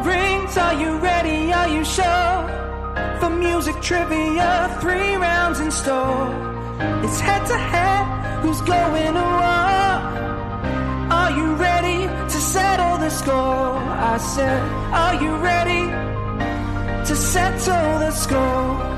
Are you ready? Are you sure? For music trivia, three rounds in store. It's head to head, who's going to war? Are you ready to settle the score? I said, Are you ready to settle the score?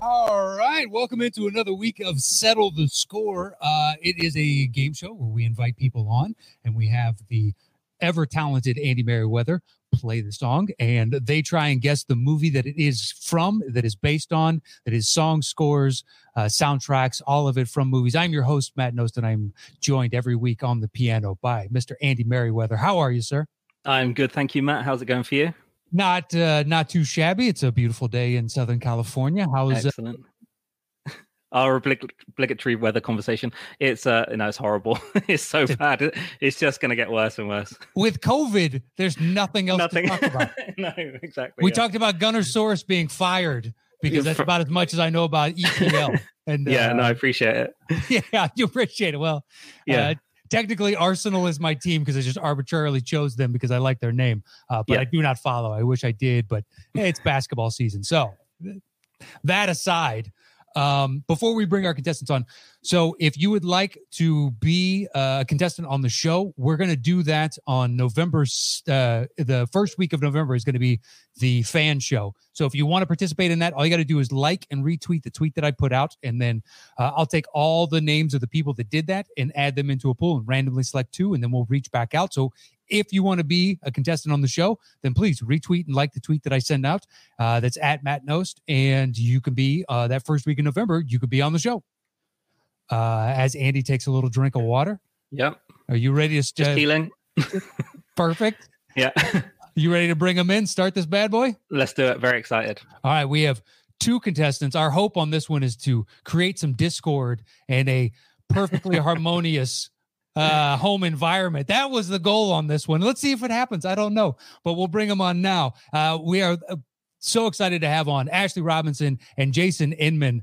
All right, welcome into another week of Settle the Score. Uh, it is a game show where we invite people on, and we have the ever talented Andy Merriweather play the song, and they try and guess the movie that it is from, that is based on, that is song scores, uh, soundtracks, all of it from movies. I'm your host Matt Nost, and I'm joined every week on the piano by Mr. Andy Merriweather. How are you, sir? I'm good, thank you, Matt. How's it going for you? Not uh, not too shabby. It's a beautiful day in Southern California. How is uh, Excellent. Our oblig- obligatory weather conversation. It's uh, no, it's horrible. it's so bad. It- It's just going to get worse and worse. with COVID, there's nothing else Nothing. to talk about. no, exactly. We yeah. talked about Gunnersaurus being fired because that's fr- about as much as I know about EPL. And uh, Yeah, no, I appreciate it. yeah, you appreciate it. Well, Yeah, uh, technically, Arsenal is my team because I just arbitrarily chose them because I like their name, uh, but Yeah. I do not follow. I wish I did, but hey, it's basketball season. So th- that aside, um, before we bring our contestants on, so if you would like to be uh, a contestant on the show, we're going to do that on November. s- Uh, the first week of November is going to be the fan show. So if you want to participate in that, all you got to do is like and retweet the tweet that I put out, and then uh, I'll take all the names of the people that did that and add them into a pool and randomly select two, and then we'll reach back out. So if you want to be a contestant on the show, then please retweet and like the tweet that I send out. Uh, that's at Matt Nost, and you can be uh, that first week in November. You could be on the show. Uh, as Andy takes a little drink of water, yeah, are you ready to? just st- healing. perfect. Yeah, You ready to bring them in? Start this bad boy. let's do it. Very excited. All right, we have two contestants. Our hope on this one is to create some discord and a perfectly harmonious uh, home environment. That was the goal on this one. Let's see if it happens. I don't know, but we'll bring them on now. Uh, we are uh, so excited to have on Ashley Robinson and Jason Inman.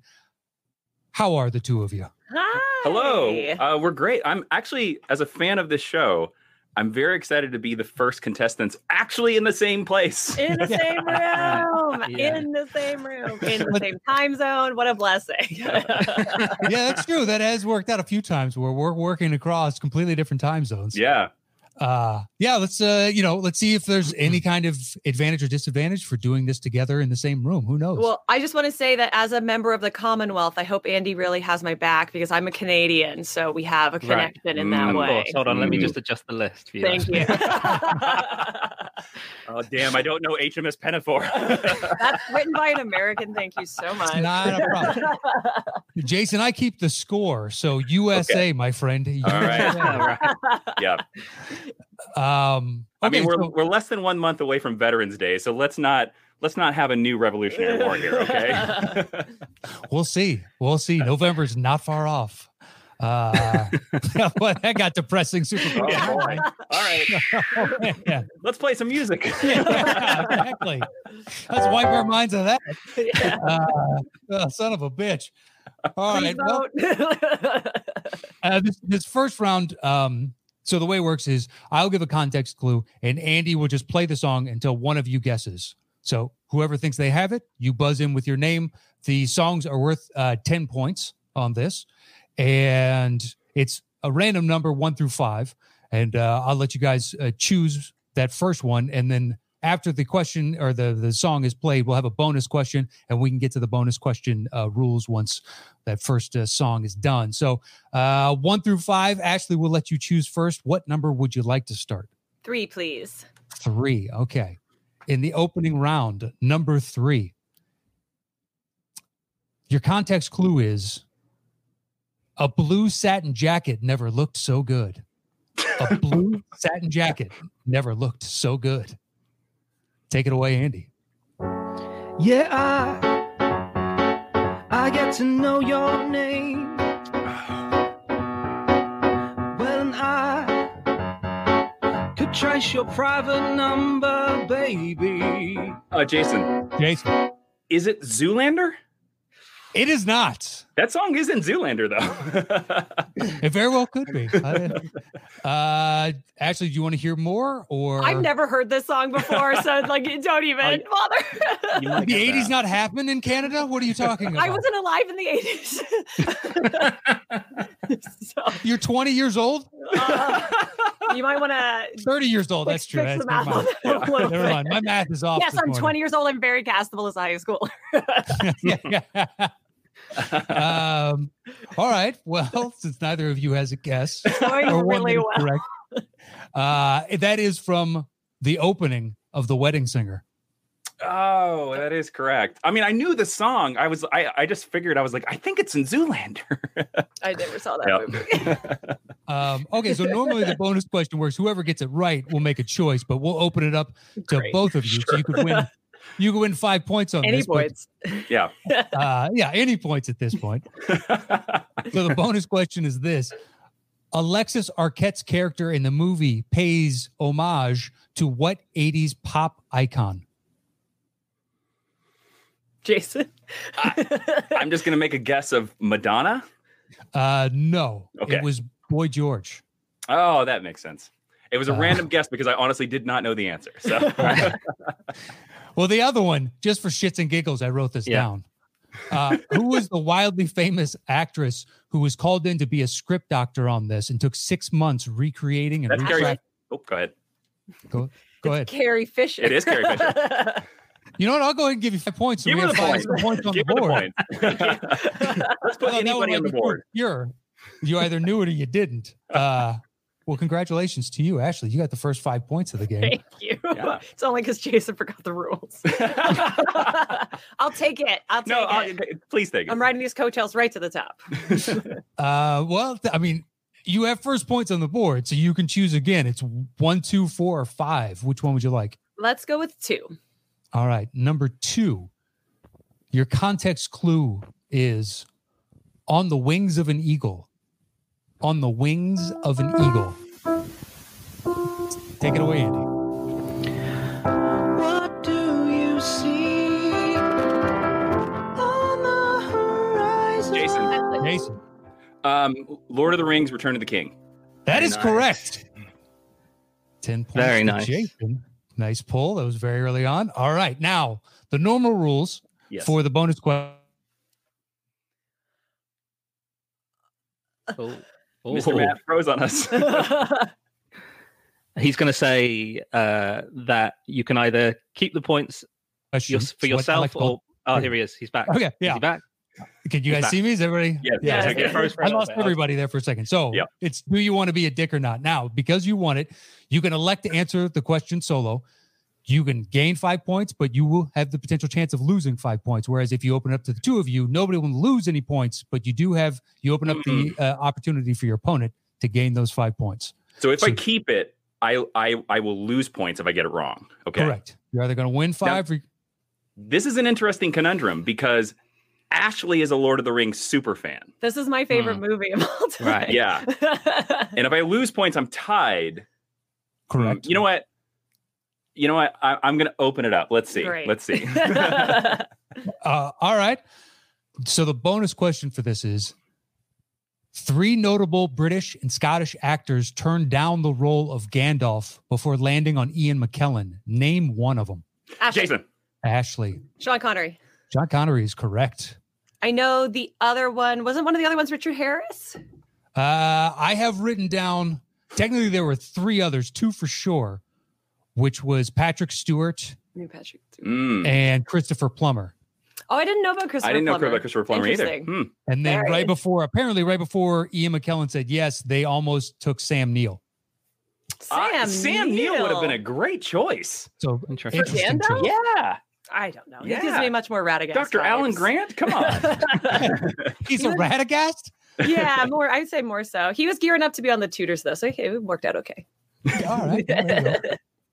How are the two of you? Hi. Hello. Uh, we're great. I'm actually, as a fan of this show, I'm very excited to be the first contestants actually in the same place. In the same room. Yeah. In the same room. In the But- same time zone. What a blessing. Yeah, that's true. That has worked out a few times where we're working across completely different time zones. Yeah. uh yeah let's uh you know let's see if there's any kind of advantage or disadvantage for doing this together in the same room who knows well, I just want to say that as a member of the Commonwealth, I hope Andy really has my back because I'm a Canadian, so we have a connection in that Of Mm, way. course. Hold on, let me Mm. just adjust the list for you. Thank you. Oh, damn. I don't know HMS Pinafore. That's written by an American. Thank you so much. it's not a problem jason i keep the score so usa my friend All right. All right. yeah. um I mean, okay, we're, so- we're less than one month away from Veterans Day, so let's not. Let's not have a new Revolutionary War here, okay? we'll see we'll see november's not far off uh well, that got depressing super Oh, quick. boy. All right, Oh, man. let's play some music. Yeah, exactly let's wipe our minds of that Yeah. uh, oh, son of a bitch all right Please well, vote. Uh, this, this first round, um, so the way it works is I'll give a context clue, and Andy will just play the song until one of you guesses. So whoever thinks they have it, you buzz in with your name. The songs are worth uh, ten points on this, and it's a random number one through five. And uh, I'll let you guys uh, choose that first one, and then after the question or the the song is played, we'll have a bonus question, and we can get to the bonus question uh, rules once that first uh, song is done. So uh, one through five. Ashley, we'll let you choose first. What number would you like to start? Three, please. Three. Okay. In the opening round, number three. Your context clue is a blue satin jacket never looked so good. A blue satin jacket never looked so good. Take it away, Andy. Yeah, I, I get to know your name. Well, and I could trace your private number, baby. Uh, Jason, Jason. is it Zoolander? It is not. That song is in Zoolander, though. It very well could be. Uh, Ashley, do you want to hear more? Or I've never heard this song before, so like, don't even bother. You might the get eighties that. not happen in Canada? What are you talking about? I wasn't alive in the '80s, so You're 20 years old, uh, you might want to 30 years old. That's true. fix That's the math never mind. on that a little Never bit. mind. My math is off. Yes, this I'm morning. 20 years old. I'm very castable as a high school. yeah, yeah. um, all right. Well, since neither of you has a guess, or Going one really that is well. correct, uh, that is from the opening of The Wedding Singer. oh, that is correct. I mean, I knew the song. I was, I, I just figured. I was like, I think it's in Zoolander. I never saw that Yeah. movie. Um, okay, so normally the bonus question works. Whoever gets it right will make a choice, but we'll open it up to Great. both of you, so you could win. You could win five points on Any Oh, this, but, points. yeah. uh, yeah, any points at this point. So the bonus question is this: Alexis Arquette's character in the movie pays homage to what '80s pop icon? Jason. I'm just gonna make a guess of Madonna. Uh, no, Okay. it was Boy George. Oh, that makes sense. It was a Uh. random guess because I honestly did not know the answer. So Well, the other one, just for shits and giggles, I wrote this Yeah. down. Uh, who was the wildly famous actress who was called in to be a script doctor on this and took six months recreating and that's Carrie. retract- Oh, go ahead. Go ahead. Carrie Fisher. It is Carrie Fisher. You know what? I'll go ahead and give you five points. So Give we her have the five point. extra points on Give the her the board. point. Let's Well, that put one anybody might on the be proof board. You're, you either knew it or you didn't. Uh, well, congratulations to you, Ashley. You got the first five points of the game. Thank you. Yeah. It's only because Jason forgot the rules. I'll take it. I'll take no, it. I'll, please take it. I'm riding these coattails right to the top. Uh, well, th- I mean, you have first points on the board, so you can choose again. It's one, two, four, or five. Which one would you like? Let's go with two. All right. Number two, your context clue is on the wings of an eagle. On the wings of an eagle. Take it away, Andy. What do you see on the horizon? Jason, Jason. um, Lord of the Rings: Return of the King. That is Nice. correct. 10 points. Very to nice. Jason. Nice pull. That was very early on. All right. Now, the normal rules Yes. for the bonus question. Oh. Mr. Matt froze on us. He's going to say uh, that you can either keep the points your, for What yourself Alex or. called- Oh, here he is. He's back. Is Okay. Yeah. he back? Can you guys back. see me? Is everybody? Yes, yes, okay. okay. First I round, lost Alex. everybody there for a second. So Yep. it's do you want to be a dick or not? Now, because you want it, you can elect to answer the question solo. You can gain five points, but you will have the potential chance of losing five points. Whereas if you open it up to the two of you, nobody will lose any points, but you do have you open up the Mm. uh, opportunity for your opponent to gain those five points. So if I So- keep it, I, I I will lose points if I get it wrong. Okay. Mm, Correct. You're either going to win five. or, This is an interesting conundrum because Ashley is a Lord of the Rings super fan. This is my favorite Hmm. movie of all time. Right. Yeah. And if I lose points, I'm tied. correct. You know what? You know what? I, I'm gonna open it up. Let's see. Great. Let's see. Uh, all right. So the bonus question for this is three notable British and Scottish actors turned down the role of Gandalf before landing on Ian McKellen. Name one of them. Ashley, Jason. Ashley. Sean Connery. John Connery is correct. I know the other one wasn't one of the other ones Richard Harris. Uh, I have written down, technically, there were three others, two for sure, which was Patrick Stewart New Patrick. Mm. and Christopher Plummer. Oh, I didn't know about Christopher. I didn't know Plummer. about Christopher Plummer either. Interesting. Hmm. And then Very right before, apparently, right before Ian McKellen said yes, they almost took Sam Neill. Uh, Sam. Sam Neill would have been a great choice. So Interesting. interesting. Gandalf? choice. Yeah. I don't know. He gives Yeah. me much more Radagast. Dr. Alan vibes. Grant? Come on. He's a Radagast? yeah, more. I'd say more so. He was gearing up to be on the Tudors though, so okay, it worked out okay. All right. yeah, there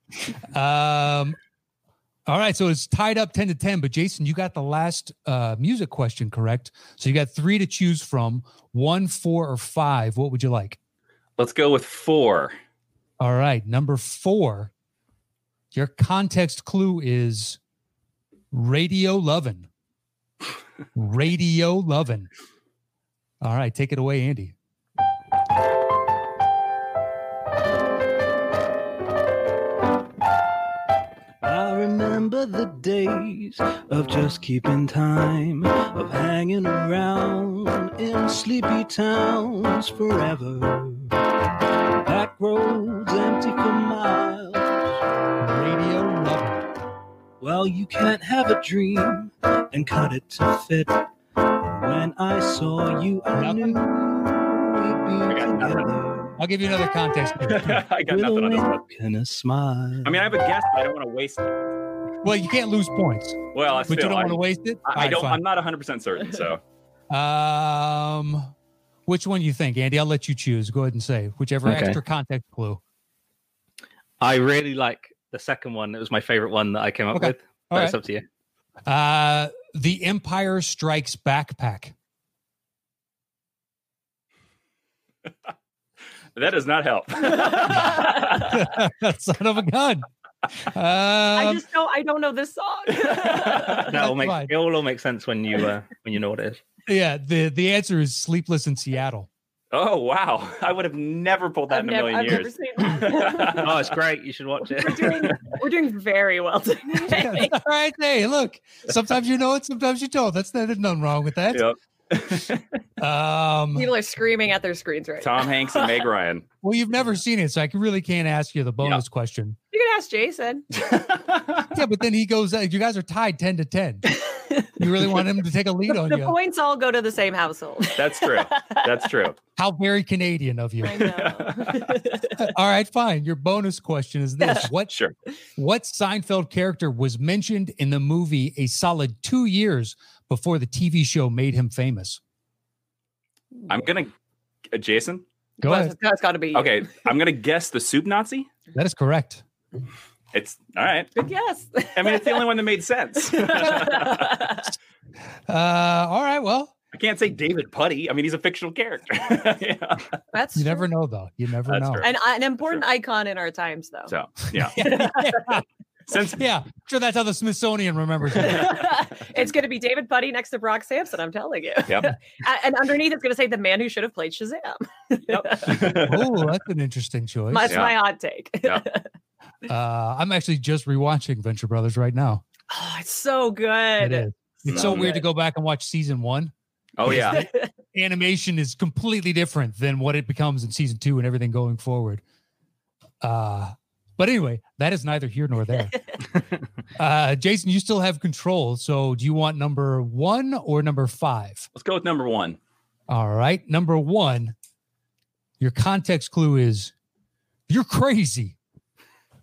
you go. um, all right. So it's tied up 10 to 10, but Jason, you got the last uh, music question correct. So you got three to choose from one, four, or five. What would you like? Let's go with four. All right. Number four, your context clue is radio lovin'. radio loving. All right, take it away, Andy. I remember the days of just keeping time, of hanging around in sleepy towns forever. Back roads empty for miles. Radio loving. Well, you can't have a dream and cut it to fit. When I saw you, I Nothing? knew we'd be got nothing. together. I'll give you another context. here. I got With a nothing on this one. wink and a smile. I mean, I have a guess, but I don't want to waste it. well, you can't lose points, Well, I but you still, don't I, want to waste it. I, I All right, don't. fine. I'm not 100 percent certain. So Um, which one you think, Andy? I'll let you choose. Go ahead and say whichever Okay. extra context clue. I really like the second one. It was my favorite one that I came up Okay. with. All That's right. up to you. Uh, the Empire Strikes Backpack. that does not help. Son of a gun. I Um, just don't. I don't know this song. That will That's make fine. it will all make sense when you uh, when you know what it is. yeah, the the answer is Sleepless in Seattle. oh wow, I would have never pulled that I've in a never, million I've never years. seen that. Oh, it's great. You should watch it. we're doing we're doing very well today. All right, hey, look. Sometimes you know it, sometimes you don't. That's there's nothing wrong with that. Yep. Um, People are screaming at their screens right now. Tom Hanks and Meg Ryan. well, you've never seen it, so I really can't ask you the bonus question. You can ask Jason. Yeah, but then he goes, uh, "You guys are tied ten to ten. You really want him to take a lead on the you? points all go to the same household. That's true. That's true. How very Canadian of you!" I know. All right, fine. Your bonus question is this: What Sure. What Seinfeld character was mentioned in the movie a solid two years before the TV show made him famous? I'm gonna uh, Jason. Go Well, ahead. That's got to be you. Okay, I'm gonna guess the soup Nazi. That is correct. It's all right. Good guess. I mean, it's the only one that made sense. I Uh, all right. Well, can't say David Putty. I mean, he's a fictional character. Yeah. That's you true. uh, never know, though. You never That's know. true. an, an important icon in our times, though. So yeah, since Yeah, sure. That's how the Smithsonian remembers. it. it's going to be David Putty next to Brock Sampson. I'm telling you. Yep. A- and underneath, it's going to say the man who should have played Shazam. oh, that's an interesting choice. That's Yeah. my hot take. Yeah. Uh, I'm actually just rewatching Venture Brothers right now. Oh, it's so good. It is. It's so Mm. weird to go back and watch season one. oh yeah, Animation is completely different than what it becomes in season two and everything going forward. Uh, but anyway, that is neither here nor there. uh, Jason, you still have control. So do you want number one or number five? let's go with number one. All right. Number one, your context clue is you're crazy.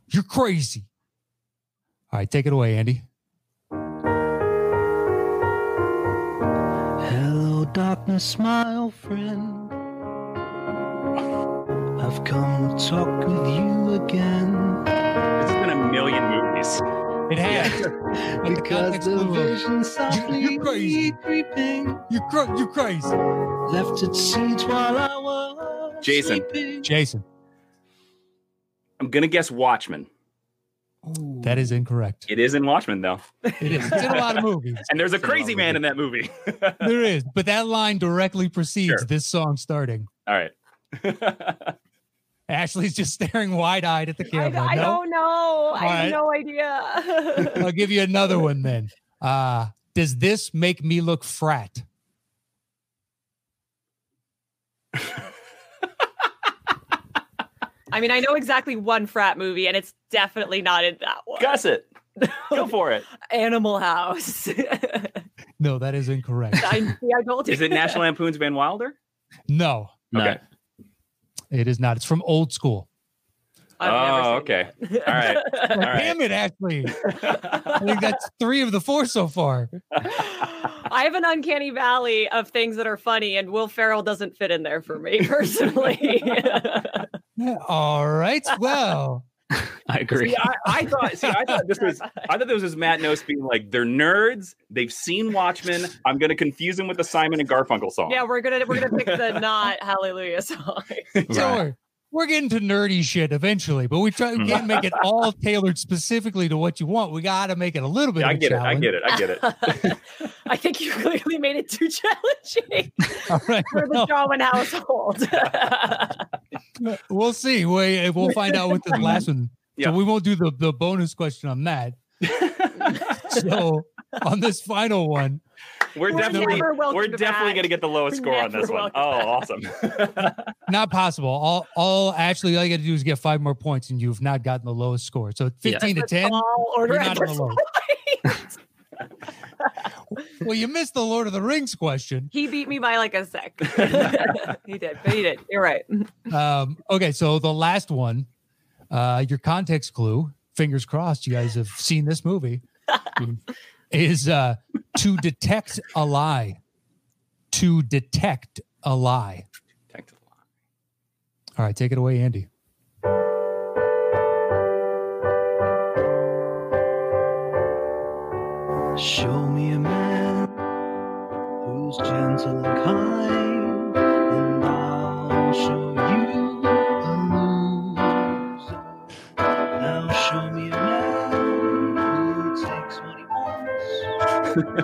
You're crazy. All right. Take it away, Andy. Hello, darkness, my old friend. I've come to talk with you again This has been a million movies. It has. But the because context the clue of vision softly crazy. creeping you're, cra- you're crazy. left its seeds while I was Jason. sleeping. Jason, I'm gonna guess Watchmen. that is incorrect. It is in Watchmen though, It is. It's in a lot of movies. and there's a crazy man in that movie. There is. But that line directly precedes Sure. this song starting. All right. Ashley's just staring wide eyed at the I, camera. I No? don't know. I right. have no idea. I'll give you another one then. Uh, does this make me look frat? I mean, I know exactly one frat movie, and it's definitely not in that one. Guess it. Go for it. Animal House. No, that is incorrect. I, see, I told you. Is it National Lampoon's Van Wilder? No, No. Okay. it is not. It's from old school. I've oh, never seen okay. All right. All right. Damn it, Ashley. I think that's three of the four so far. I have an uncanny valley of things that are funny, and Will Ferrell doesn't fit in there for me personally. All right. Well, I agree. See, I, I thought. See, I thought this was. I thought this was Matt Nose being like, "They're nerds. They've seen Watchmen. I'm going to confuse them with the Simon and Garfunkel song." yeah, we're gonna we're gonna pick the not Hallelujah song. sure. we're getting to nerdy shit eventually, but we try Mm. we can't make it all tailored specifically to what you want. We got to make it a little bit. Yeah, I of a get it. I challenge. get it. I get it. I think you clearly made it too challenging All right, for the well, Darwin household. we'll see. We eh, we'll find out with the last one. Yeah. So we won't do the the bonus question on that. So on this final one, We're We're definitely never welcome we're back. definitely going to get the lowest We're score on never this one. welcome Oh, awesome. not possible. All all actually all you got to do is get five more points, and you've not gotten the lowest score. So fifteen to Let's ten. all order You're not on Edward the low. well, you missed the Lord of the Rings question. He beat me by like a sec. he did, but he did. You're right. Um, okay, so the last one, uh, your context clue. Fingers crossed, you guys have seen this movie. is uh, to detect a lie. To detect a lie. All right, take it away, Andy. Show me a man who's gentle and kind, and I'll show you a loser. Now show me a man who takes what he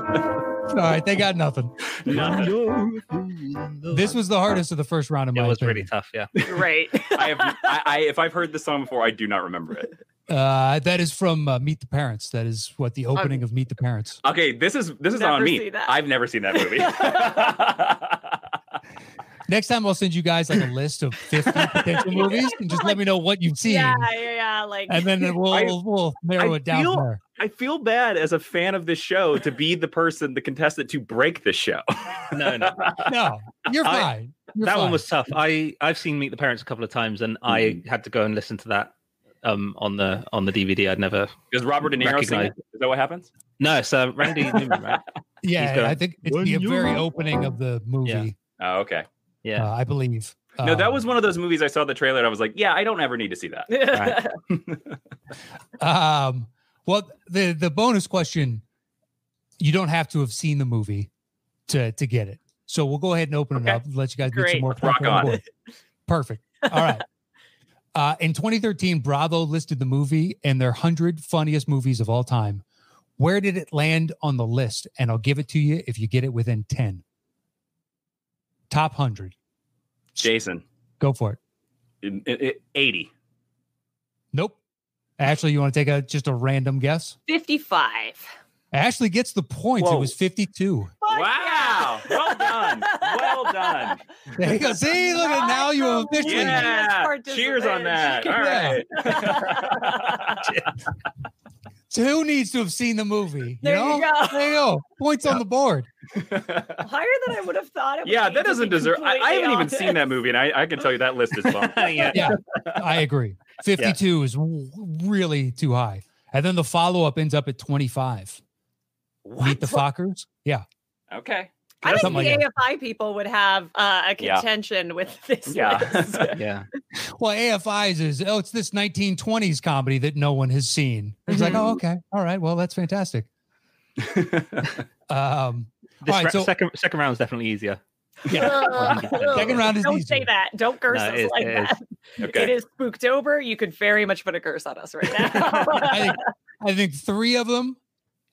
wants. All right, they got nothing. Nothing. You're a fool in love. This was the hardest of the first round, in It my was opinion. really tough. Yeah. You're right. I have I, I if I've heard this song before, I do not remember it. Uh, that is from uh, Meet the Parents. That is what the opening of Meet the Parents. Okay, this is this is Never on me. seen that. I've never seen that movie. Next time, I'll send you guys like a list of 50 potential movies and just let me know what you've seen. Yeah, yeah, yeah. Like, And then we'll, I- we'll narrow I it down feel- there. I feel bad as a fan of this show to be the person, the contestant to break the show. No, no. No, you're I- fine. You're that one fine. was tough. I I've seen Meet the Parents a couple of times, and I had to go and listen to that um on the on the DVD. I'd never. Does Robert De Niro sing it? Recognize- Is that what happens? No, it's uh, Randy Newman, right? Yeah, He's got- I think it's When the you- very opening of the movie, Oh, okay. Yeah. uh, I believe. No, that Um, was one of those movies I saw the trailer and I was like, yeah, I don't ever need to see that. Right. Um, well, the the bonus question, you don't have to have seen the movie to to get it. So we'll go ahead and open it Okay. up. Let you guys get some Great. more. rock points on on. the board. Perfect. All right. Uh, in 2013, Bravo listed the movie and their hundred funniest movies of all time. Where did it land on the list? And I'll give it to you if you get it within ten. Top hundred. Jason, Go for it. in- in- in- 80. Nope. Ashley, you want to take a just a random guess? 55. Ashley gets the points. It Whoa. was 52. Fuck Wow. Well done. Well done. There you go. See, look at now you Right. officially. Yeah. Yeah. Yes, Cheers on that. All Yeah. right. So who needs to have seen the movie? There know? you go. There you go. Points on the board. Higher than I would have thought it would yeah, be, that to doesn't be deserve. I, I completely haven't even seen that honest. movie, and I, I can tell you that list is fun. yeah. Yeah, I agree. 52 is w- really too high. And then the follow up ends up at 25. Meet the Fockers. Yeah. Okay. I don't Something think the AFI people would have uh, a Yeah. contention with this. list. Yeah. Yeah. Well, AFI's is, oh, it's this 1920s comedy that no one has seen. It's like, Mhm. oh, okay. All right. Well, that's fantastic. Um, This All right, ra- so- second second round is definitely easier. Ugh. Second round is Don't say easier. that. Don't curse No, us it is- like it that. Okay. It is spooked over. You could very much put a curse on us right now. I think, I think three of them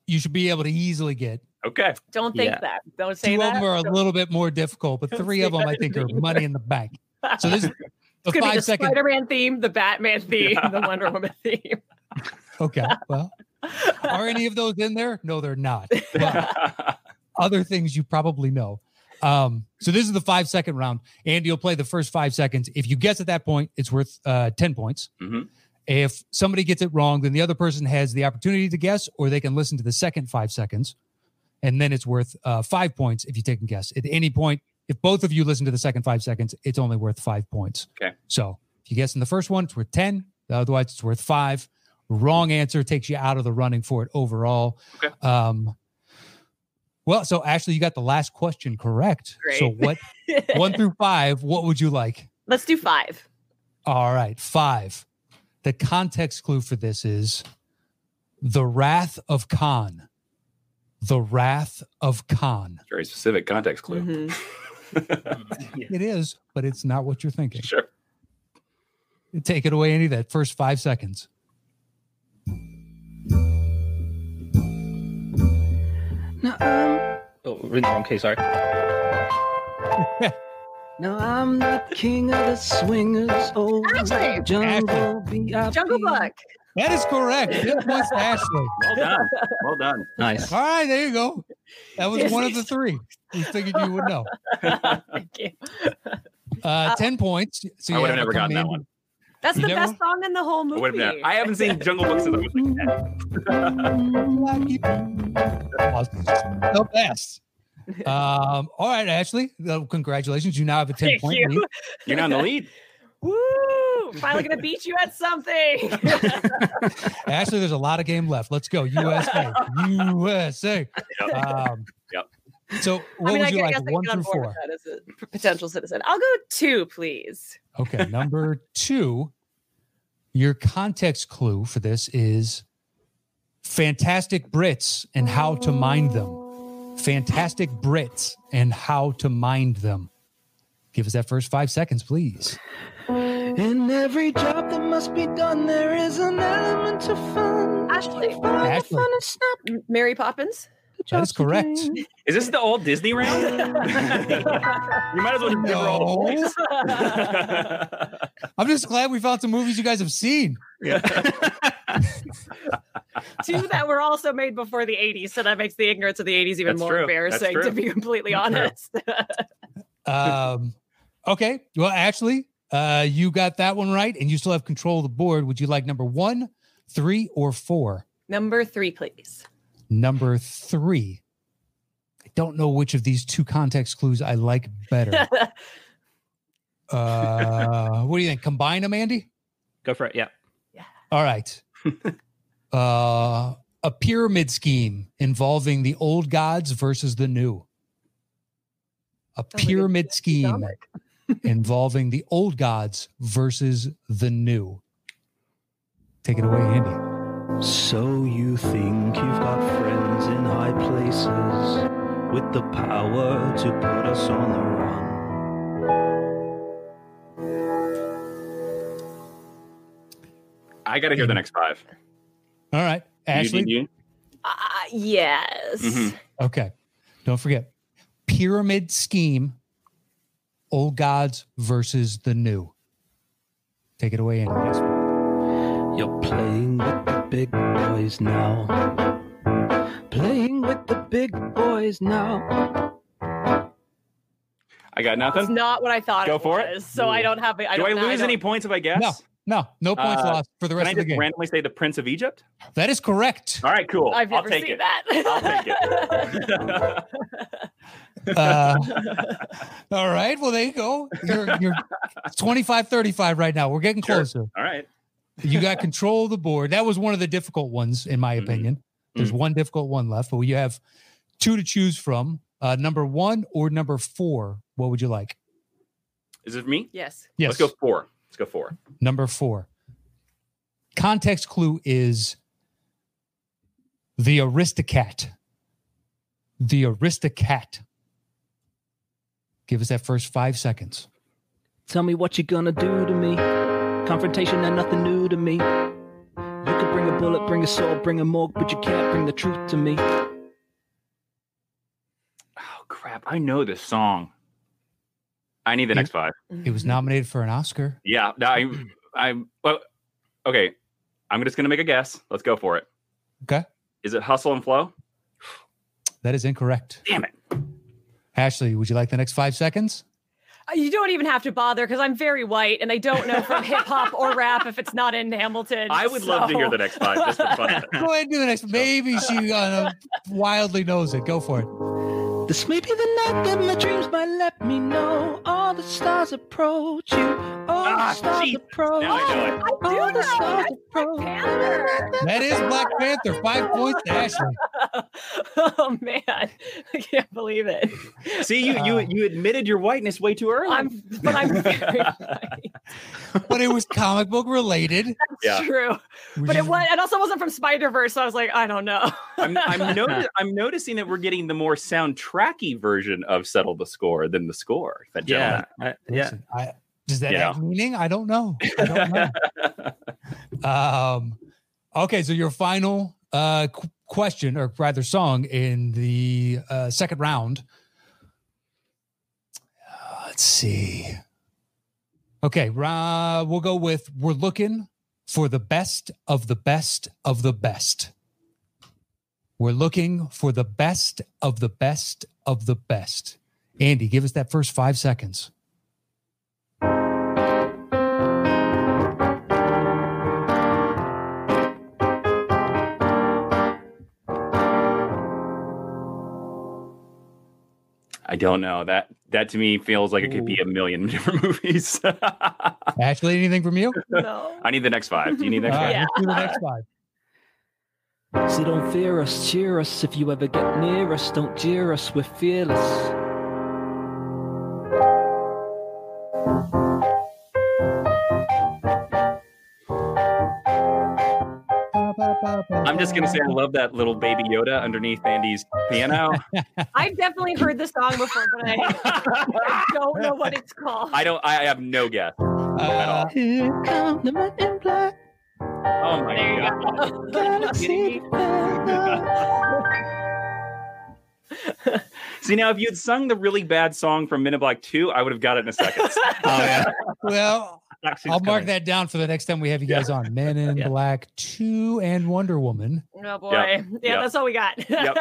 you should be able to easily get. Okay. Don't think Yeah. that. Don't say Two of that. them are a Don't- little bit more difficult, but Don't three say of them that I to think me are either. money in the bank. So this the It's gonna be five the second. Spider-Man theme, the Batman theme, the Wonder Woman theme. Okay, well, are any of those in there? No, they're not. But other things you probably know. Um, so this is the five second round. Andy will play the first five seconds. If you guess at that point, it's worth uh, ten points. Mhm. If somebody gets it wrong, then the other person has the opportunity to guess, or they can listen to the second five seconds, and then it's worth uh, five points if you take a guess. At any point, if both of you listen to the second five seconds, it's only worth five points. Okay. So if you guess in the first one, it's worth ten. Otherwise, it's worth five. Wrong answer takes you out of the running for it overall. Okay. Um, well, so Ashley, you got the last question correct. So Great. what one through five, what would you like? Let's do five. All right, five. The context clue for this is the wrath of Khan. The wrath of Khan. Very specific context clue. Mhm. It is, but it's not what you're thinking. Sure. Take it away, Andy. That first five seconds. No, I'm, Oh, really wrong key. Sorry. no, I'm not king of the swingers. Oh, Ashley! jungle B.I.P.. Jungle Book. That is correct. It was Ashley. Well done. Well done. Nice. All right, there you go. That was one of the three. We figured you would know. Thank you. Uh, Ten points. So I you would have have never to come gotten that in. one. That's You the never- best song in the whole I movie. would have I haven't seen Jungle Book since I was like 10. Mm-hmm. The best. Um, all right, Ashley. uh, Congratulations. You now have a ten Thank point you. lead. You're not in the lead. Woo! Finally gonna beat you at something. Ashley, there's a lot of game left. Let's go. USA. USA. Yep. Um, Yep. So what I mean, would I you guess like? I One get on through board four. with that as a p- potential citizen. I'll go two, please. Okay, number two, your context clue for this is fantastic Brits and how to mind them. Fantastic Brits and how to mind them. Give us that first five seconds, please. In every job that must be done, there is an element of fun. Ashley. Find the Ashley. fun and snap M- Mary Poppins. the That is jobs correct. again. Is this the old Disney round? you might as well give her all the points. I'm just glad we found some movies you guys have seen. Two that were also made before the 80s, so that makes the ignorance of the 80s even That's more true. That's embarrassing, to true. be completely That's true. honest. Um, okay, well, Ashley, uh, you got that one right, and you still have control of the board. Would you like number one, three, or four? Number three, please. number three. I don't know which of these two context clues I like better. uh, what do you think? Combine them, Andy? Go for it. Yeah. All right. Uh, a pyramid scheme involving the old gods versus the new. A like a pyramid scheme comic. involving the old gods versus the new. Take it away, Andy. So you think you've got friends in high places with the power to put us on the run. I got to hear the next five. All right, Ashley. You, you, Uh, yes. Mhm. Okay. Don't forget pyramid scheme, old gods versus the new. Take it away, Andy. You're playing with the big boys now. Playing with the big boys now. I got It's nothing. not what I thought Go it for was, it. so I don't have. I Do I don't know- lose don't- any points if I guess? No, no, no points Uh, lost for the Can rest I of the just game. randomly say the Prince of Egypt? that is correct. All right, cool. I've I'll never take seen it. that. I'll take it. Uh, all right. Well, there you go. You're, you're 25 35 right now. We're getting Sure. closer. All right. You got control of the board. That was one of the difficult ones, in my Mhm. opinion. There's Mhm. one difficult one left, but you have two to choose from. Uh, number one or number four. What would you like? Is it me? yes. Yes. Let's go four. Let's go four. Number four. Context clue is the Aristocat. The Aristocat. Give us that first five seconds. Tell me what you're gonna do to me. Confrontation and nothing new to me. You could bring a bullet, bring a sword, bring a morgue, but you can't bring the truth to me. Oh, crap. I know this song. I need the next five. It was nominated for an Oscar. Yeah. No, I, I, well, okay. I'm just going to make a guess. Let's go for it. Okay. Is it Hustle and Flow? That is incorrect. Damn it. Ashley, would you like the next five seconds? Uh, You don't even have to bother because I'm very white and I don't know from hip hop or rap if it's not in Hamilton. I would love to hear so- the next five just for fun. of it. Go ahead and do the next. Maybe she uh, wildly knows it. Go for it. This may be the night that my dreams might let me know. All the stars approach you. All Ah, the stars Jesus. approach Now I know it. I do All the know. stars Oh, That's Black approach. Panther. That is Black Panther. Five points to Ashley. oh man, I can't believe it. See, you, Uh, you, you admitted your whiteness way too early. I'm, but I'm very white. But it was comic book related. Yeah. True, which but it is- was. It also wasn't from Spider Verse, so I was like, I don't know. I'm, I'm, noti- I'm noticing that we're getting the more soundtracky version of Settle the Score than the score. if that Yeah. I, yeah. Listen, I, Does that Yeah. have meaning? I don't know. I don't know. um, okay, so your final uh, qu- question, or rather, song in the uh, second round. Uh, let's see. Okay, ra- we'll go with "We're looking for the best of the best of the best." We're looking for the best of the best of the best. Andy, give us that first five seconds. I don't know. That that to me feels like it could be a million different movies. I Ashley, anything from you? No. need the next five. Do you need the All next right, five? let's do the next five. So don't fear us, cheer us. If you ever get near us, don't jeer us, we're fearless. I'm just gonna say I love that little baby Yoda underneath Andy's piano. I've definitely heard the song before, but I, I don't know what it's called. I don't. I have no guess. Uh, Here come the men in black. Oh my There you god! Galaxy. See now, if you'd sung the really bad song from Men in Black Two, I would have got it in a second. Oh yeah. well, Taxi's I'll mark coming. that down for the next time we have you guys on. Men in Yeah. Black 2 and Wonder Woman. Oh boy. Yep. Yeah, Yep. that's all we got. yep.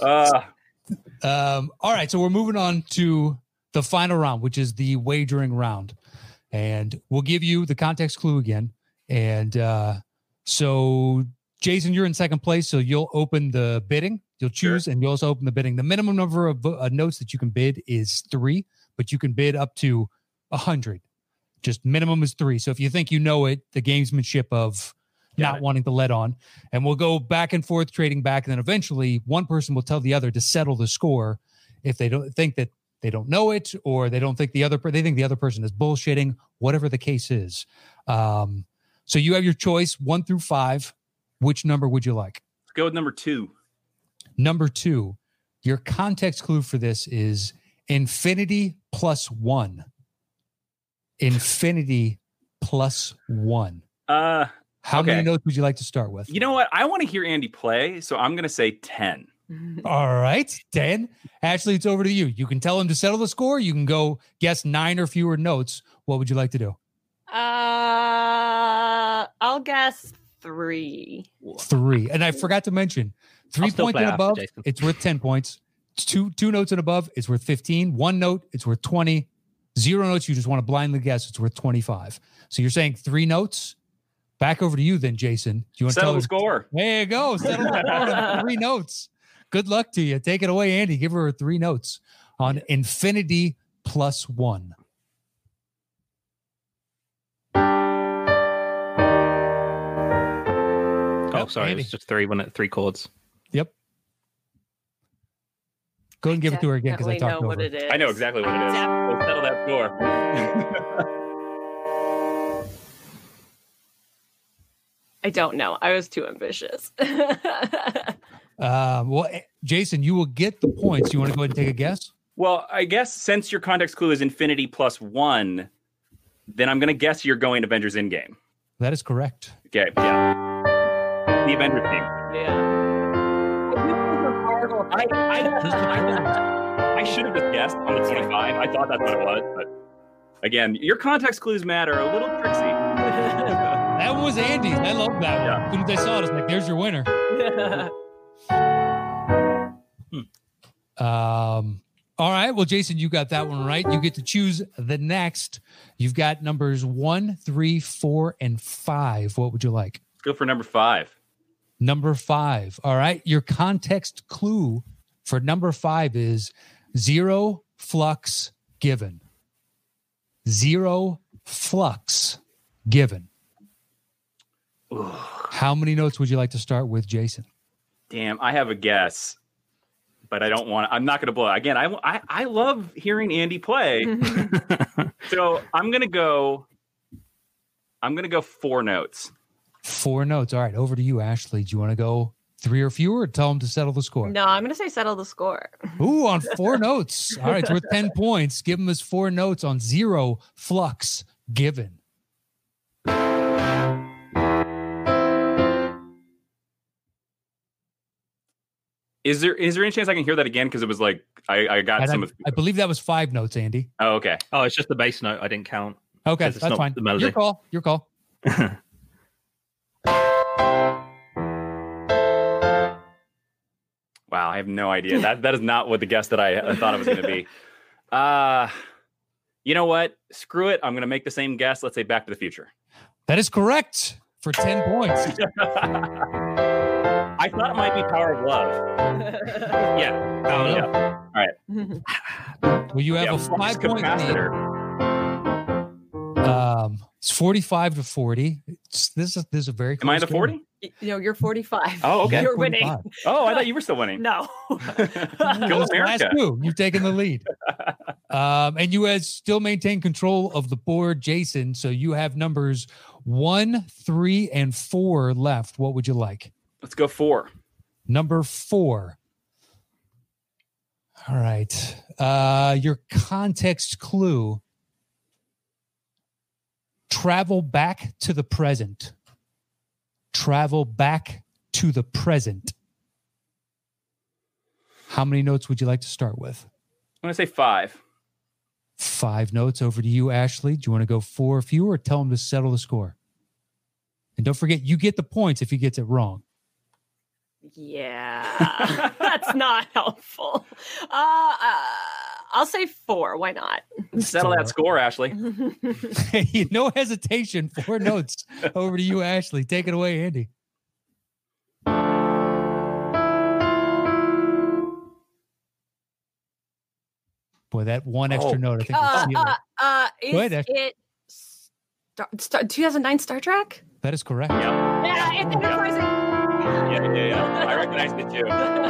uh, Um, all right, so we're moving on to the final round, which is the wagering round, and we'll give you the context clue again. And uh, so, Jason, you're in second place, so you'll open the bidding. You'll choose, and you'll also open the bidding. The minimum number of vo- uh, notes that you can bid is three, but you can bid up to a hundred. Just minimum is three. So if you think you know it, the gamesmanship of not wanting to let on, and we'll go back and forth trading back, and then eventually one person will tell the other to settle the score if they don't think that they don't know it or they don't think the other per- they think the other person is bullshitting, whatever the case is. Um, so you have your choice one through five. Which number would you like? go with number two. Number two, your context clue for this is infinity plus one. Infinity plus one. Uh, How many Okay. notes would you like to start with? you know what? I want to hear Andy play, so I'm gonna say ten. All right, Dan. Ashley, it's over to you. You can tell him to settle the score. You can go guess nine or fewer notes. What would you like to do? uh, I'll guess three. Three. And I forgot to mention, three still points play and after above, Jason. it's worth 10 points. Two two notes and above, it's worth 15. One note, it's worth 20. Zero notes, you just want to blindly guess, it's worth 25. So you're saying three notes? Back over to you then, Jason. Do you want to Settle tell the us? score. There you go. Settle the score on three notes. Good luck to you. Take it away, Andy. Give her three notes on infinity plus one. Oh, sorry, it Andy. was just three when it three chords. Go and give it to her again because I Definitely talked know over. what it it. is. I know exactly what it is. Let's settle that score. I don't know. I was too ambitious. Um, well, eh, Jason, you will get the points. You want to go ahead and take a guess? Well, I guess since your context clue is infinity plus one, then I'm gonna guess you're going Avengers Endgame. That is correct. Okay, yeah. The Avengers team. yeah. I, I, I, I should have just guessed on the 25. I thought that's what it was, but again, your context clues matter. A little tricksy. That was Andy's. I love that one. As soon as I saw it, I was like, there's your winner. Um, all right. Well, Jason, you got that one right. You get to choose the next. You've got numbers one, three, four, and five. What would you like? Go for number five. Number five. All right. Your context clue for number five is zero flux given. Zero flux given. Ooh, How many notes would you like to start with, Jason? damn, I have a guess, but I don't want. I'm not going to blow. it. Again, I, I I love hearing Andy play, so I'm going to go. I'm going to go four notes. Four notes. All right. Over to you, Ashley. Do you want to go three or fewer. Or tell them to settle the score. No, I'm going to say settle the score. Ooh, on four notes. All right, it's worth 10 points. Give him his four notes on zero flux given. Is there is there any chance I can hear that again? Because it was like I, I got And I, some of. I believe that was five notes, Andy. Oh, okay. Oh, it's just the bass note. I didn't count. Okay, Because it's that's not fine. the melody. Your call. Your call. Wow, I have no idea. That that is not what the guess that I uh, thought it was going to be. Uh you know what? Screw it. I'm going to make the same guess. Let's say Back to the Future. That is correct for 10 points. I thought it might be Power of Love. Yeah. Oh, Yeah. no. Well, you have Yeah, a flux five point lead. capacitor. Um, it's 45 to 40. It's, this, is, this is a very Am I close in the game. 40? You know, you're 45. Oh, okay. You're winning. 45. Oh, I thought you were still winning. No. Go Those last America. two, you've taken the lead. um, and you has still maintain control of the board, Jason. So you have numbers one, three, and four left. What would you like? Let's go four. Number four. All right. Uh, your context clue travel back to the present. Travel back to the present. How many notes would you like to start with? I'm going to say five. Five notes over to you, Ashley. Do you want to go four or fewer or tell him to settle the score? And don't forget, you get the points if he gets it wrong. yeah. That's not helpful. Uh, uh, I'll say four. Why not? Settle Four. that score, Ashley. no hesitation. Four notes over to you, Ashley. Take it away, Andy. Boy, that one extra Oh, note. I think uh, would seal uh, it. uh, Go is ahead, Ash. it Star, Star, 2009 Star Trek? that is correct. Yeah, it's enterprising. Yeah, yeah, yeah. I recognized it too. That's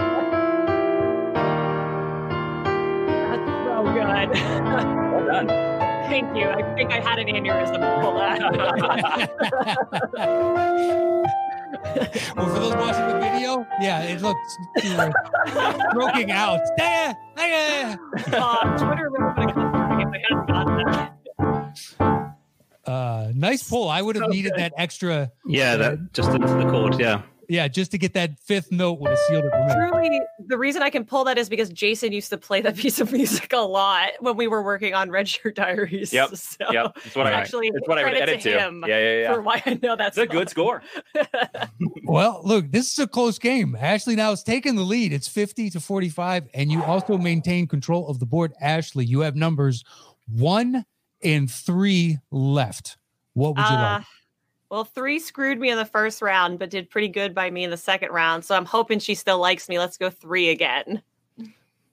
so good. Well done. Thank you. I think I had an aneurysm. Hold on. Well, for those watching the video, yeah, it looks you were stroking out. Yeah, yeah. uh, Twitter would have come for me if I hadn't gotten that. Uh, nice pull. I would have So needed good. that extra, Yeah, that just into the chord. Yeah. yeah, just to get that fifth note would have sealed it for me. Truly, the reason I can pull that is because Jason used to play that piece of music a lot when we were working on Red Shirt Diaries. Yep, So Yep. It's what I, actually it's what I would credit edit to. to Yeah, him yeah, yeah. For why I know that's It's a good score. Well, look, this is a close game. Ashley now is taking the lead. It's 50 to 45, and you also maintain control of the board. Ashley, you have numbers one and three left. What would you Uh, like? well, three screwed me in the first round, but did pretty good by me in the second round. So I'm hoping she still likes me. Let's go three again.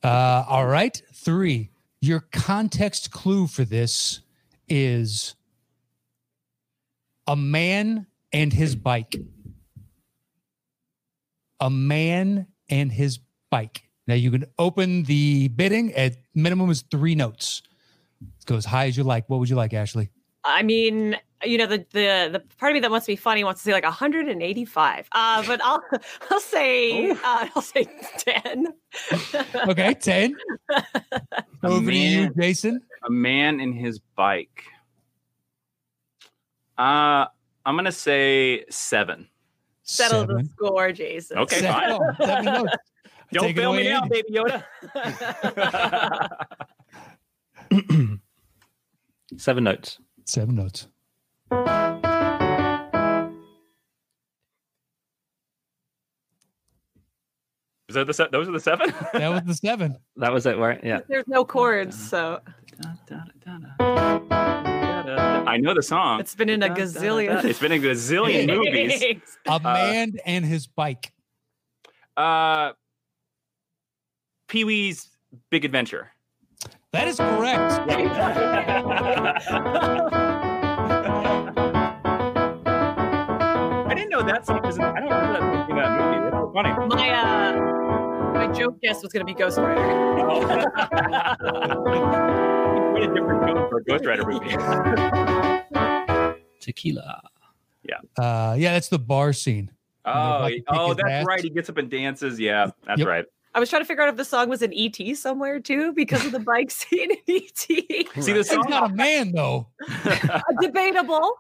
Uh, all right, three. Your context clue for this is a man and his bike. A man and his bike. Now you can open the bidding at minimum is three notes. Go as high as you like. What would you like, Ashley? I mean, you know, the the the part of me that wants to be funny wants to say like 185. Uh, but I'll I'll say uh, I'll say 10. Okay, 10. A Over to you, Oh, man- Jason. a man and his bike. Uh I'm gonna say seven. Settle the Seven. score, Jason. Okay, Seven- fine. oh, seven notes. Don't Take it fail away, me now, Andy. baby Yoda. Seven notes. Seven notes. Is that the se- those are the seven? That was the seven. That was it, right? Yeah. There's no chords, so I know the song. it's been in a gazillion it's been in a gazillion movies. things. A man and his bike. Uh Pee Wee's Big Adventure. That is correct. I didn't know that song was in, I don't remember that movie. That movie. That's so funny. My uh, my joke guess was gonna be Ghost Rider. Oh, What a different film for a Ghost Rider movie. Tequila. Uh, yeah, that's the bar scene. Oh, like, kick oh, his that's ass. right. He gets up and dances. Yeah, that's Yep. right. I was trying to figure out if the song was an ET somewhere too because of the bike scene in E ET. See the He's song. not a man though. Debatable.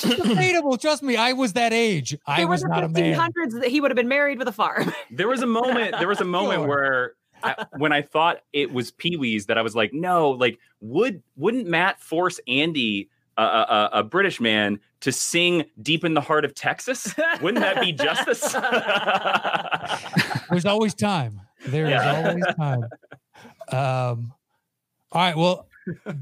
Debatable. Trust me, I was that age. I There were was the not a man. 1500s that he would have been married with a farm. There was a moment. There was a moment Sure. where I, when I thought it was Pee Wee's that I was like, no, like would wouldn't Matt force Andy, a a- a, a British man, to sing "Deep in the Heart of Texas"? Wouldn't that be justice? There's always time. There is Yeah. always time. Um, all right. Well,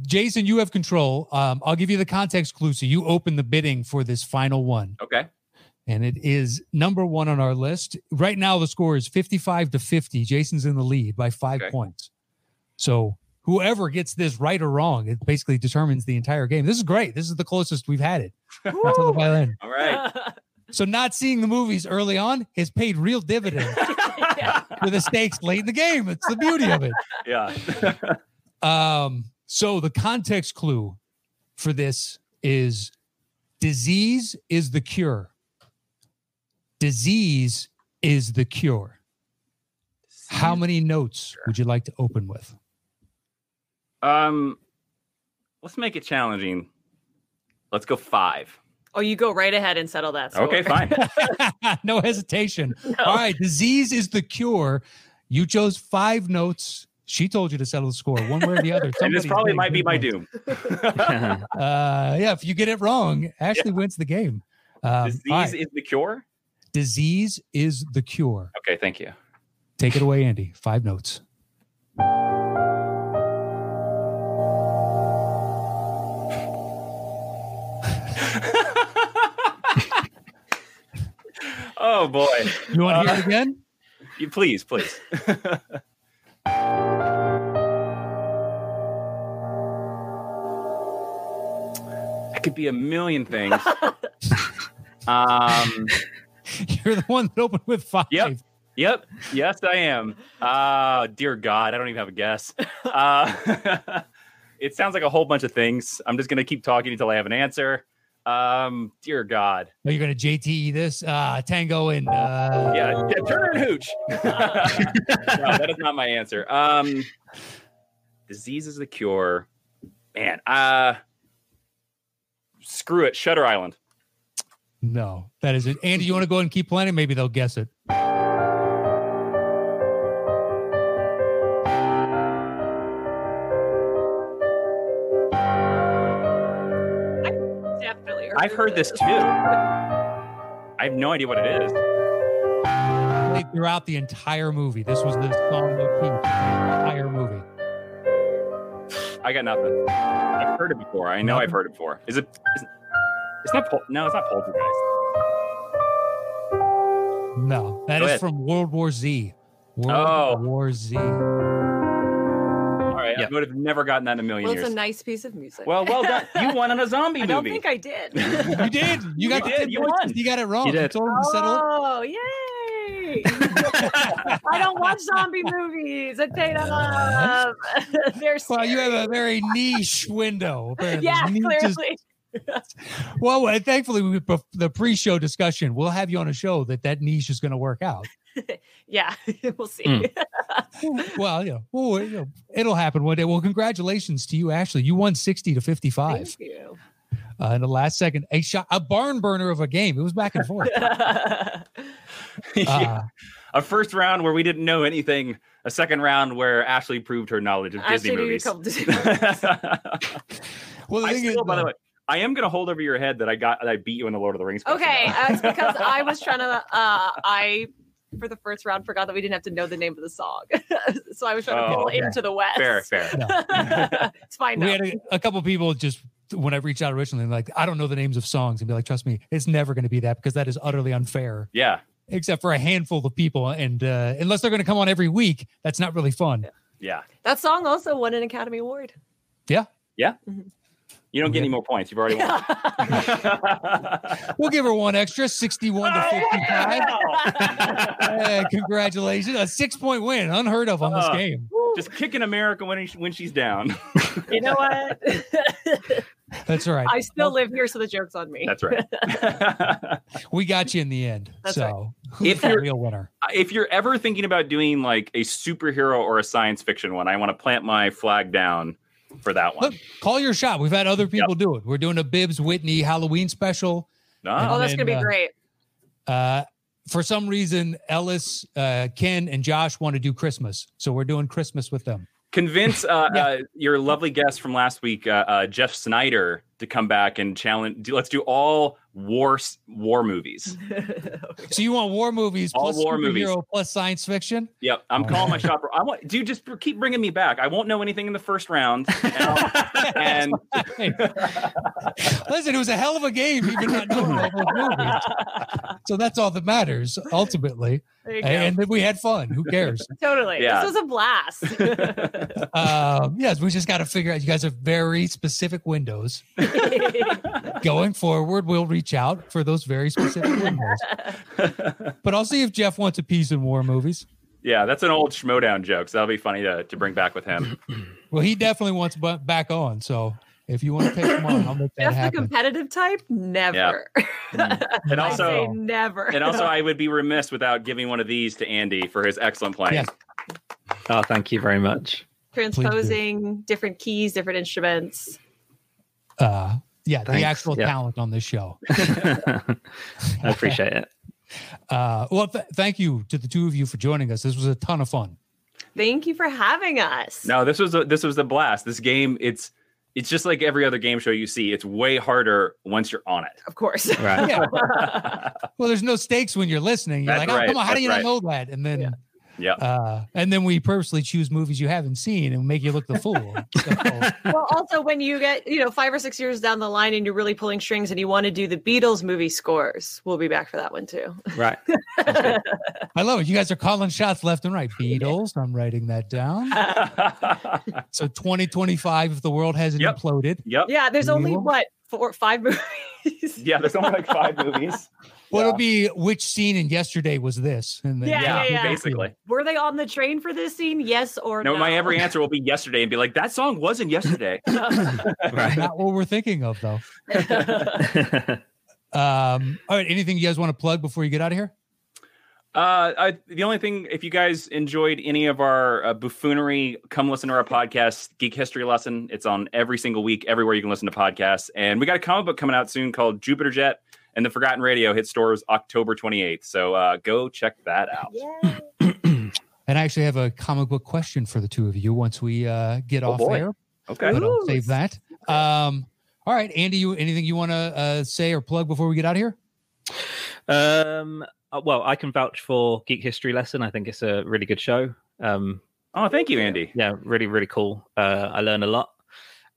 Jason, you have control. Um, I'll give you the context clue so you open the bidding for this final one. okay. And it is number one on our list. Right now, the score is 55 to 50. Jason's in the lead by five Okay. points. So whoever gets this right or wrong, it basically determines the entire game. This is great. This is the closest we've had it until the violin. All right. So not seeing the movies early on has paid real dividends for the stakes late in the game. It's the beauty of it. Yeah. Um, so the context clue for this is disease is the cure. Disease is the cure. How many notes would you like to open with? Um, let's make it challenging. Let's go five. Oh, you go right ahead and settle that. score. Okay, fine. no hesitation. All right, disease is the cure. You chose five notes. She told you to settle the score one way or the other. and this Somebody's probably getting might be good my ones. doom. Oh, Uh, yeah, if you get it wrong, Ashley wins the game. Um, Disease all right. is the cure. disease is the cure. Okay, thank you. Take it away, Andy. Five notes. Oh boy, You want to hear Uh, it again? you, please, please. that could be a million things. um. You're the one that opened with five. Yep. Yep. Yes, I am. Uh, dear God, I don't even have a guess. Uh, it sounds like a whole bunch of things. I'm just going to keep talking until I have an answer. Um, dear God. Are you going to JTE this? Uh, tango and uh, Yeah. yeah, Turner and Hooch. no, that is not my answer. Um, disease is the cure. Man, uh, screw it. Shutter Island. no, that is it. Andy, you want to go ahead and keep playing? it? Maybe they'll guess it. Definitely. I've heard this too. I have no idea what it is. Played throughout the entire movie. This was the song motif entire movie. I got nothing. I've heard it before. I know Nothing? I've heard it before. Is it? Is, it's not. Pol- no, it's not Poltergeist. No, that Go is ahead. from World War Z. World Oh. War Z. All right, Yeah. I would have never gotten that in a million Well, it's years. a nice piece of music. well, well done. You won on a zombie I don't movie. think I did. You did. You got You the did. ten You points. won. You got it wrong. You did. told him to settle it. Oh, yay! I don't watch zombie movies. I paid them up. They're Well, you scary. have a very niche window. apparently. yeah, Niche is- clearly. well, and thankfully, we, bef- the pre-show discussion, we'll have you on a show that that niche is going to work out. Yeah, we'll see. Hmm. Mm. well, you know, well, you know, it'll happen one day. Well, congratulations to you, Ashley. You won sixty to Thank fifty-five you. uh, in the last second. A shot, a barn burner of a game. It was back and forth. Yeah. Uh, A first round where we didn't know anything. A second round where Ashley proved her knowledge of Disney Actually, you movies. come to I well, the thing is, still, by the though, way, I am going to hold over your head that I got that I beat you in the Lord of the Rings. question, Okay, though. uh, it's because I was trying to. Uh, I for the first round forgot that we didn't have to know the name of the song, so I was trying to Oh, pull okay. into the west. fair, fair. it's fine. we Now. had a, a couple people just when I reached out originally, like I don't know the names of songs, and be like, trust me, it's never going to be that because that is utterly unfair. Yeah, Except for a handful of people, and uh, unless they're going to come on every week, that's not really fun. yeah. that song also won an Academy Award. You don't get any more points. You've already won. We'll give her one extra, sixty-one Oh, to fifty-five. Eh, congratulations, a six-point win, unheard of on this Uh, game. Just kicking America when he, when she's down. You know what? That's all right. I still live here, so the joke's on me. That's right. we got you in the end. That's so who's If the you're- real winner? if you're ever thinking about doing like a superhero or a science fiction one, I want to plant my flag down for that one. Look, call your shot. We've had other people do it. We're doing a Bibbs Whitney Halloween special. Ah, Oh, that's gonna be And, uh, great. Uh, for some reason, Ellis, uh, Ken, and Josh want to do Christmas, so we're doing Christmas with them. Convince uh, Yeah. uh, your lovely guest from last week, uh, uh, Jeff Snyder, to come back and challenge. do- Let's do all war s- war movies. So you want war movies, All plus war movies. superhero plus science fiction? Yep, I'm Oh, calling my man. shopper. I want dude, just keep bringing me back. I won't know anything in the first round. And I'll- and Hey. Listen, it was a hell of a game, even not knowing all those movies. So that's all that matters ultimately. There you go. And then we had fun. Who cares? totally. Yeah. This was a blast. um, yes, we just got to figure out. You guys have very specific windows. Going forward, we'll reach out for those very specific windows. But I'll see if Jeff wants a piece in war movies. yeah, that's an old schmodown joke. So that'll be funny to, to bring back with him. Well, he definitely wants bu- back on. So if you want to take him on, I'll make that Jeff the happen. competitive type? Never. And I say also, never. and also, I would be remiss without giving one of these to Andy for his excellent playing. Yes. Oh, thank you very much. transposing different keys, different instruments. Uh, yeah, Thanks. the actual Yeah. talent on this show. I appreciate it. Uh, well, th- thank you to the two of you for joining us. This was a ton of fun. Thank you for having us. No, this was a, this was a blast. This game, it's it's just like every other game show you see. It's way harder once you're on it. Of course. Right. Yeah. well, there's no stakes when you're listening. You're That's like, oh, right. come on, how do That's you right. not know that? And then, Yeah. uh, and then we purposely choose movies you haven't seen and make you look the fool. So, well, also when you get, you know, five or six years down the line and you're really pulling strings and you want to do the Beatles movie scores, we'll be back for that one too. Right. I love it. You guys are calling shots left and right. Beatles. I'm writing that down. Uh, So 2025, if the world hasn't Yep. imploded. yep. Yeah, there's only Cool. what four, five movies. Oh. Yeah, there's only like five movies. Well, it'll be which scene in yesterday was this? And then, Yeah, Yeah, yeah, yeah. basically. Were they on the train for this scene? Yes or no? No, my every answer will be yesterday and be like, that song wasn't yesterday. Right. Not what we're thinking of, though. yeah. Um, all right. Anything you guys want to plug before you get out of here? Uh, I, the only thing, if you guys enjoyed any of our uh, buffoonery, come listen to our podcast, Geek History Lesson. It's on every single week, everywhere you can listen to podcasts. And we got a comic book coming out soon called Jupiter Jet and the Forgotten Radio hit stores October 28th. So uh, go check that out. Yeah. And I actually have a comic book question for the two of you once we uh, get Oh, off boy. air. Okay. but I'll Ooh, save that. Um, all right, Andy, you anything you want to uh, say or plug before we get out of here? Um. uh, Well, I can vouch for Geek History Lesson. I think it's a really good show. Um. Oh, thank you, Andy. Yeah. Really, really cool. Uh. I learn a lot.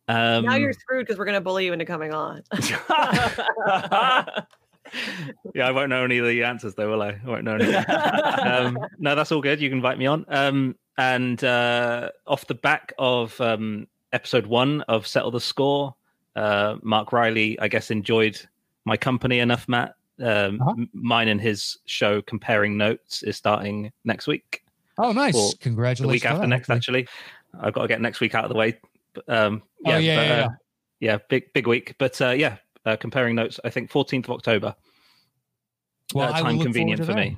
Um, now you're screwed because we're gonna bully you into coming on. yeah, I won't know any of the answers though, will I? I won't know any. um, no, that's all good. You can invite me on. Um, and uh, off the back of um, episode one of Settle the Score, uh, Mark Riley, I guess, enjoyed my company enough, Matt. Um, Uh-huh. m- Mine and his show, Comparing Notes, is starting next week, Oh, nice! Well, the Congratulations. week on after that. next, actually. I've got to get next week out of the way. but, Um, Oh, yeah, but, yeah, uh, yeah, big, big week. But uh, yeah, uh, Comparing Notes, I think 14th of October Well, uh, I will time look convenient for forward to me.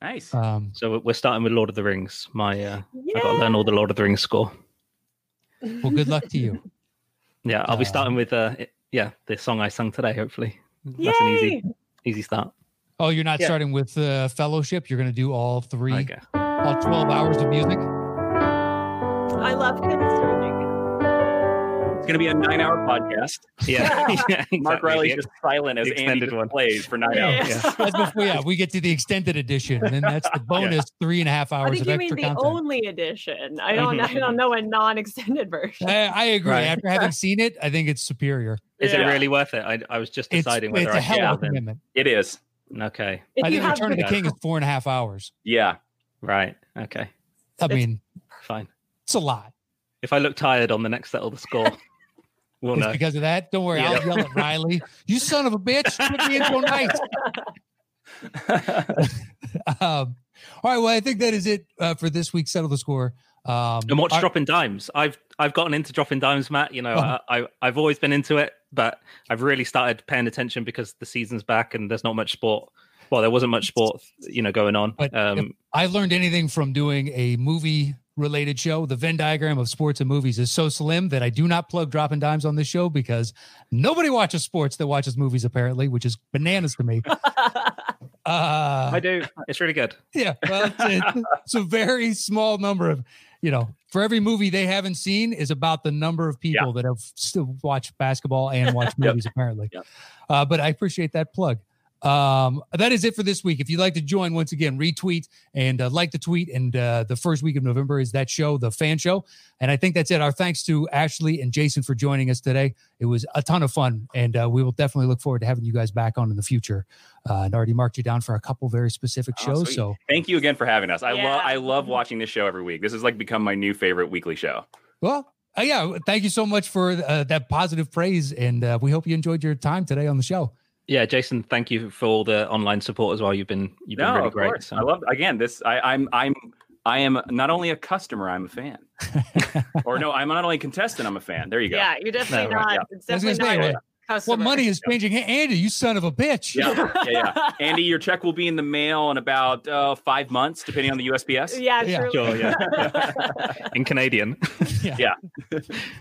nice. Uh, that. Um, So we're- we're starting with Lord of the Rings. My uh, I got to Yeah. learn all the Lord of the Rings score. well, good luck to you. Yeah, I'll be Uh, starting with uh, it- yeah the song I sung today. Hopefully, that's an Yay! easy easy start. Oh, you're not Yeah. starting with uh, fellowship. You're going to do all three, Okay. all twelve hours of music. I love him. It's going to be a nine hour podcast. Yeah, yeah Mark exactly. Riley's The- just silent as the Andy extended just one. plays for nine Yeah. hours. That's before yeah, we get to the extended edition, and then that's the bonus three and a half I hours think of you mean extra the content. Mm-hmm, only edition. I don't. I don't know a non-extended version. Eh, I, I agree. Right. After having seen it, I think it's superior. Is Yeah. it really worth it? I, I was just It's, deciding whether it's a I should hell of a delve in. commitment. It is. Okay, If I you think have Return of the to- King is four and a half hours. Yeah. right. Okay, I It's- mean, fine. it's a lot. If I look tired on the next settle the score, we'll It's know. because of that. Don't worry, I'll yell at Riley. You son of a bitch! Put me in for night. Um, all right. Well, I think that is it uh, for this week's settle the score. Um, And what's I- dropping dimes? I've I've gotten into dropping dimes, Matt. You know, Uh-huh. I, I I've always been into it, but I've really started paying attention because the season's back and there's not much sport. Well, there wasn't much sport, you know, going on. But um, if I learned anything from doing a movie related show, the Venn diagram of sports and movies is so slim that I do not plug dropping dimes on this show because nobody watches sports that watches movies, apparently, which is bananas to me. I Uh, do. It's really good. yeah, well, it's, a, it's a very small number of, you know, for every movie they haven't seen is about the number of people that have still watched basketball and watched Yep. movies, apparently. Yep. Uh, but I appreciate that plug. Um, that is it for this week. If you'd like to join, once again, retweet and uh, like the tweet. And uh, the first week of November is that show, the fan show. And I think that's it. Our thanks to Ashley and Jason for joining us today. It was a ton of fun, and uh, we will definitely look forward to having you guys back on in the future. Uh, and already marked you down for a couple very specific Oh, shows. sweet. So Thank you again for having us. I Yeah. love I love watching this show every week. This has like become my new favorite weekly show. Well, uh, yeah, thank you so much for uh, that positive praise, and uh, we hope you enjoyed your time today on the show. Yeah, Jason, thank you for all the online support as well. You've been you've been really of great. course. so- I love again this. I, I'm I'm I am not only a customer, I'm a fan. or no, I'm not only a contestant, I'm a fan. There you go. Yeah, you're definitely No, not. right, It's I was definitely gonna not. say, a what- customer. what money is changing? Hey, Andy, you son of a bitch! Yeah, yeah, yeah. Andy, your check will be in the mail in about uh, five months, depending on the USPS. Yeah, Yeah. truly. Sure, yeah. In Canadian.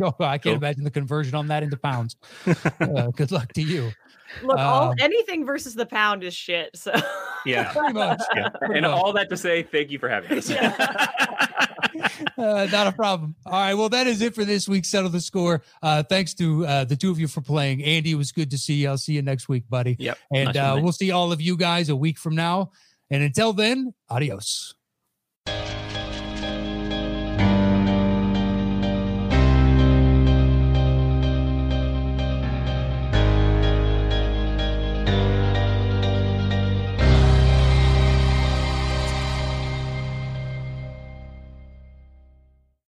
Oh, I can't Cool. imagine the conversion on that into pounds. Uh, good luck to you. Look, all, Um, anything versus the pound is shit. So Yeah. Pretty much. Yeah. Pretty And much. all that to say, thank you for having us. Uh, not a problem. All right. Well, that is it for this week. Settle the score. Uh, thanks to uh, the two of you for playing. Andy, it was good to see you. I'll see you next week, buddy. Yep. And Nice one, uh, mate. we'll see all of you guys a week from now. And until then, adios.